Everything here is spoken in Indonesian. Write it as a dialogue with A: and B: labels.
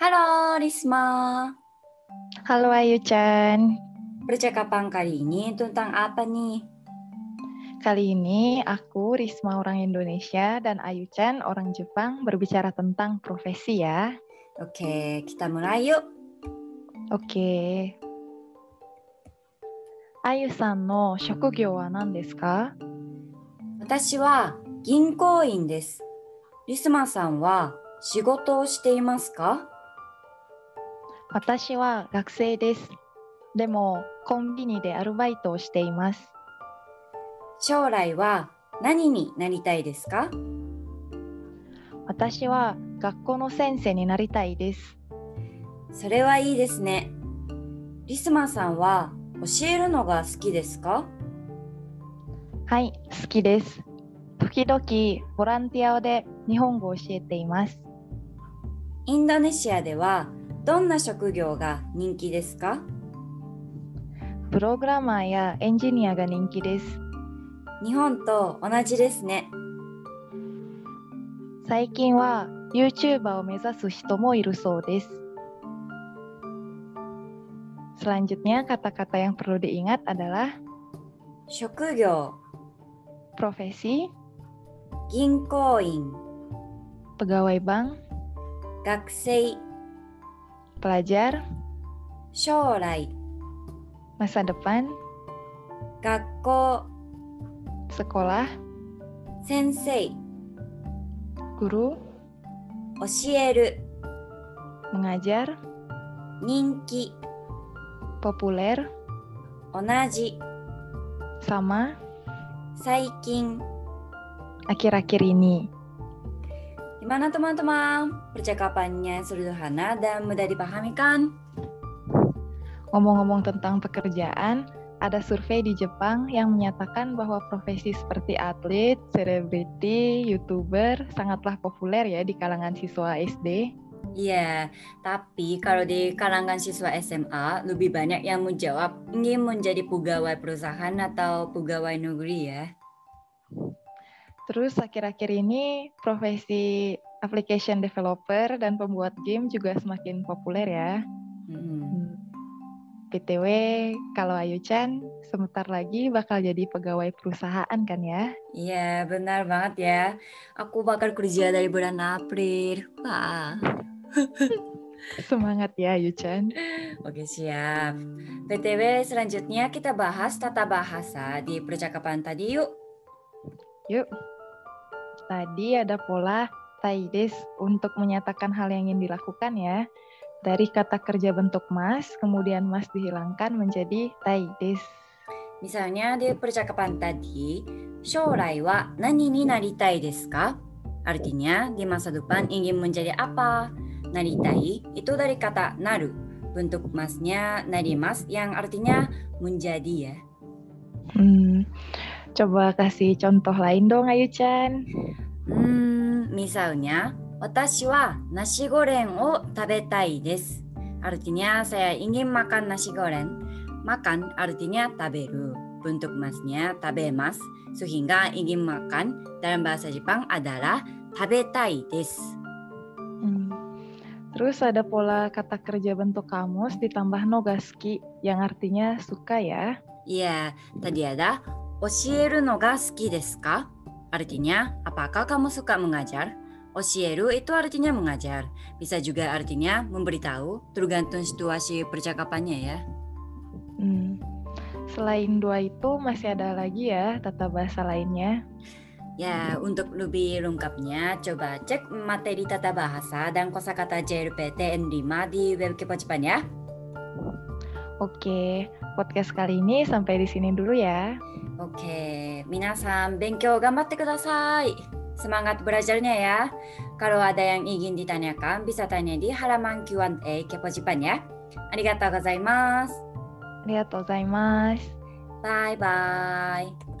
A: Halo, Risma.
B: Halo Ayu Chan.
A: Percakapan kali ini tentang apa nih?
B: Kali ini aku Risma orang Indonesia dan Ayu Chan orang Jepang berbicara tentang profesi ya.
A: Oke, kita mulai yuk.
B: Oke.あゆさんの職業は何ですか
A: 私は銀行員です。リスマさんは仕事をしていますか
B: 私は学生です。でもコンビニでアルバイトをしています。
A: 将来は何になりたいですか
B: 私は学校の先生になりたいです。
A: それはいいですね。リスマさんは教えるのが好きですか
B: はい、好きです。時々ボランティアで日本語を教えています。
A: インドネシアではどんな職業が人気ですか
B: プログラマーやエンジニアが人気です。
A: 日本と同じですね。
B: 最近は YouTuber を目指す人もいるそうです。Selanjutnya kata-kata yang perlu diingat adalah
A: 職業、
B: profesi,
A: 銀行員、
B: pegawai bank,
A: 学生、
B: pelajar,
A: 将来、
B: masa depan,
A: 学校、
B: sekolah,
A: 先生、
B: guru,
A: 教える、
B: mengajar,
A: 人気、
B: populer,
A: 同じ、
B: sama
A: 最近。
B: akhir-akhir ini.
A: Gimana teman-teman? Percakapannya sederhana dan mudah dipahami kan?
B: Ngomong-ngomong tentang pekerjaan, ada survei di Jepang yang menyatakan bahwa profesi seperti atlet, selebriti, youtuber sangatlah populer ya di kalangan siswa SD.
A: Iya, tapi kalau di kalangan siswa SMA lebih banyak yang menjawab ingin menjadi pegawai perusahaan atau pegawai negeri ya.
B: Terus akhir-akhir ini profesi application developer dan pembuat game juga semakin populer ya.
A: Hmm.
B: Hmm. BTW, kalau Ayu Chan sebentar lagi bakal jadi pegawai perusahaan kan ya?
A: Iya, benar banget ya. Aku bakal kerja dari bulan April. Wah.
B: Semangat ya Ayu Chan.
A: Oke siap. PTW selanjutnya kita bahas tata bahasa di percakapan tadi yuk.
B: Yuk. Tadi ada pola taides untuk menyatakan hal yang ingin dilakukan ya. Dari kata kerja bentuk mas, kemudian mas dihilangkan menjadi taides.
A: Misalnya di percakapan tadi, Shorai wa nani ni naritai desu ka? Artinya di masa depan ingin menjadi apa? Naritai itu dari kata naru. Bentuk masnya narimas yang artinya menjadi ya.
B: Hmm, coba kasih contoh lain dong Ayu Chan.
A: Hmm, misalnya, watashi wa nasi goreng o tabetai desu. Artinya saya ingin makan nasi goreng. Makan artinya taberu. Bentuk masnya tabemas, sehingga ingin makan dalam bahasa Jepang adalah tabetai desu.
B: Hmm. Terus ada pola kata kerja bentuk kamus ditambah nogaski yang artinya suka ya.
A: Iya, tadi ada oshieru no ga suki desu ka? Artinya, apakah kamu suka mengajar? Oshieru itu artinya mengajar. Bisa juga artinya memberitahu, tergantung situasi percakapannya ya.
B: Hmm. Selain dua itu masih ada lagi ya tata bahasa lainnya.
A: Ya, untuk lebih lengkapnya, coba cek materi tata bahasa dan kosakata JLPTN 5 di web Kepo Jepang ya.
B: Oke, podcast kali ini sampai di sini dulu ya.
A: Oke, minasan benkyou ganbatte kudasai. Semangat belajarnya ya. Kalau ada yang ingin ditanyakan, bisa tanya di halaman Q&A Kepo Jepang ya. Arigatou gozaimasu.
B: Lihat gozaimasu.
A: Bye bye.